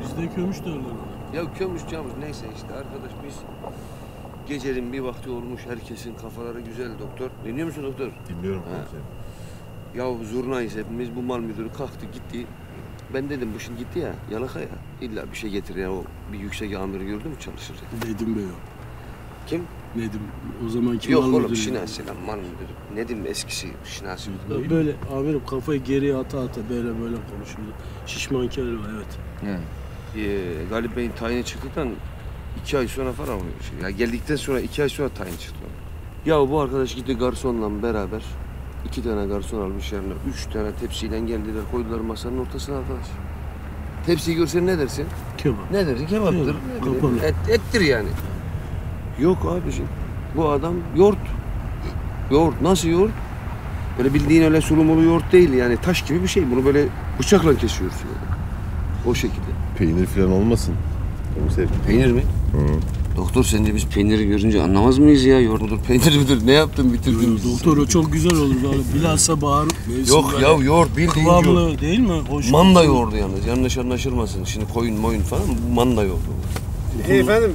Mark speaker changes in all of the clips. Speaker 1: Bizde kömüş derler ona.
Speaker 2: Ya kömüş çamış neyse işte arkadaş biz gecenin bir vakti olmuş herkesin kafaları güzel doktor. Dinliyor musun doktor?
Speaker 3: Dinliyorum
Speaker 2: Ha.
Speaker 3: komiserim.
Speaker 2: Ya zurnayız hepimiz bu mal müdürü kalktı gitti. Ben dedim bu şimdi gitti ya yalakaya. İlla bir şey getir ya o bir yüksek amiri gördü mü çalışır ya.
Speaker 1: Nedim Bey o.
Speaker 2: Kim?
Speaker 1: Nedim. O zaman kim
Speaker 2: Yok
Speaker 1: anladı
Speaker 2: oğlum
Speaker 1: beni?
Speaker 2: Şinasi lan mal müdürü. Nedim eskisi Şinasi.
Speaker 1: Ya Böyle amirim kafayı geriye ata ata böyle böyle konuşuyordu. Şişman kel var evet.
Speaker 2: Ee, Galip Bey'in tayini çıktıktan iki ay sonra falan oluyor. şey. Ya geldikten sonra iki ay sonra tayin çıktı. Ya bu arkadaş gitti garsonla beraber iki tane garson almış yerine üç tane tepsiyle geldiler koydular masanın ortasına arkadaş. Tepsiyi görsen ne dersin?
Speaker 1: Kebap.
Speaker 2: Ne dersin? Kebaptır.
Speaker 1: Yok,
Speaker 2: ne bileyim,
Speaker 1: kapalı.
Speaker 2: Et, ettir yani. Yok abiciğim. Bu adam yoğurt. Yoğurt. Nasıl yoğurt? Böyle bildiğin öyle sulumulu yoğurt değil yani taş gibi bir şey. Bunu böyle bıçakla kesiyorsun. yani. O şekilde.
Speaker 3: Peynir falan olmasın komiserim.
Speaker 2: Peynir mi? Doktor sence biz peyniri görünce anlamaz mıyız ya? Yoğurtludur peynir midir? Ne yaptın bitirdin? bizi?
Speaker 1: Doktor o çok güzel olur böyle. Bilhassa bağırıp mevsim
Speaker 2: Yok
Speaker 1: böyle
Speaker 2: ya yoğurt bildiğin yoğurt.
Speaker 1: Kıvamlı değil mi? Hoş
Speaker 2: Manda yoğurdu yalnız. Yanlış anlaşılmasın. Şimdi koyun moyun falan bu manda yoğurdu.
Speaker 4: Hey efendim,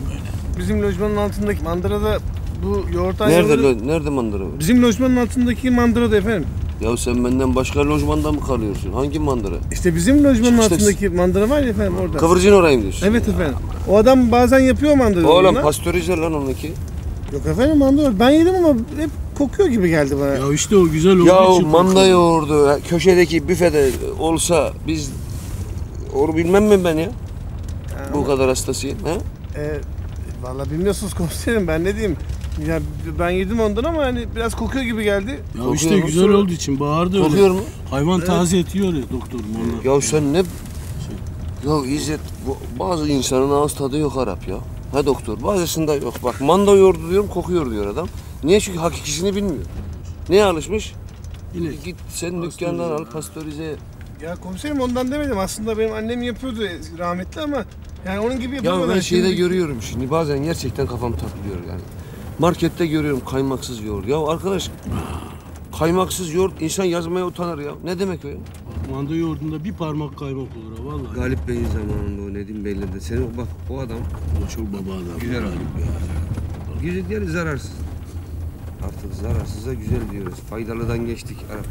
Speaker 4: bizim lojmanın altındaki mandırada bu yoğurt
Speaker 2: Nerede
Speaker 4: ayvaları-
Speaker 2: lo- nerede mandara var?
Speaker 4: Bizim lojmanın altındaki mandırada efendim.
Speaker 2: Ya sen benden başka lojmanda mı kalıyorsun? Hangi mandara?
Speaker 4: İşte bizim lojmanın
Speaker 2: İşte-
Speaker 4: altındaki mandıra var ya efendim orada.
Speaker 2: Kıvırcın orayım diyorsun.
Speaker 4: Evet efendim. O adam bazen yapıyor mandırayı.
Speaker 2: Oğlum
Speaker 4: ona.
Speaker 2: pastörize lan ondaki.
Speaker 4: Yok efendim mandırayı. Ben yedim ama hep kokuyor gibi geldi bana.
Speaker 1: Ya işte o güzel olduğu
Speaker 2: Ya o
Speaker 1: için
Speaker 2: manda
Speaker 1: kokuyor.
Speaker 2: yoğurdu ha, köşedeki büfede olsa biz onu bilmem mi ben ya?
Speaker 4: Ha,
Speaker 2: Bu kadar hastasıyım. Ha?
Speaker 4: e, Valla bilmiyorsunuz komiserim ben ne diyeyim. Ya ben yedim ondan ama hani biraz kokuyor gibi geldi.
Speaker 1: Ya işte
Speaker 2: Kokuyor mu?
Speaker 1: güzel olduğu için bağırdı öyle.
Speaker 2: Kokuyor mu?
Speaker 1: Hayvan taze et yiyor ya doktorum onlar.
Speaker 2: Ya sen ne... Ya İzzet, bu- bazı insanın ağız tadı yok Arap ya. Ha doktor, bazısında yok. Bak manda yoğurdu diyorum, kokuyor diyor adam. Niye? Çünkü hakikisini bilmiyor. Neye alışmış?
Speaker 1: Yine
Speaker 2: Git sen
Speaker 1: Pastörize.
Speaker 2: dükkandan al, pastörize. ye.
Speaker 4: Ya komiserim ondan demedim. Aslında benim annem yapıyordu rahmetli ama yani onun gibi yapamadım.
Speaker 2: Ya ben şeyde görüyorum şimdi, bazen gerçekten kafam takılıyor yani. Markette görüyorum kaymaksız yoğurt. Ya arkadaş, kaymaksız yoğurt insan yazmaya utanır ya. Ne demek o ya?
Speaker 1: manda yoğurdunda bir parmak kaymak olur ha vallahi.
Speaker 2: Galip Bey'in zamanında o Nedim Bey'le de seni bak o adam
Speaker 1: O çok baba adam.
Speaker 2: Güzel adam. Güzel yani zararsız. Artık zararsıza güzel diyoruz. Faydalıdan geçtik Arap.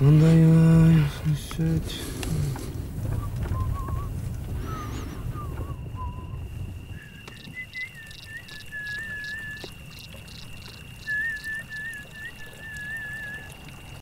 Speaker 2: Ondan ya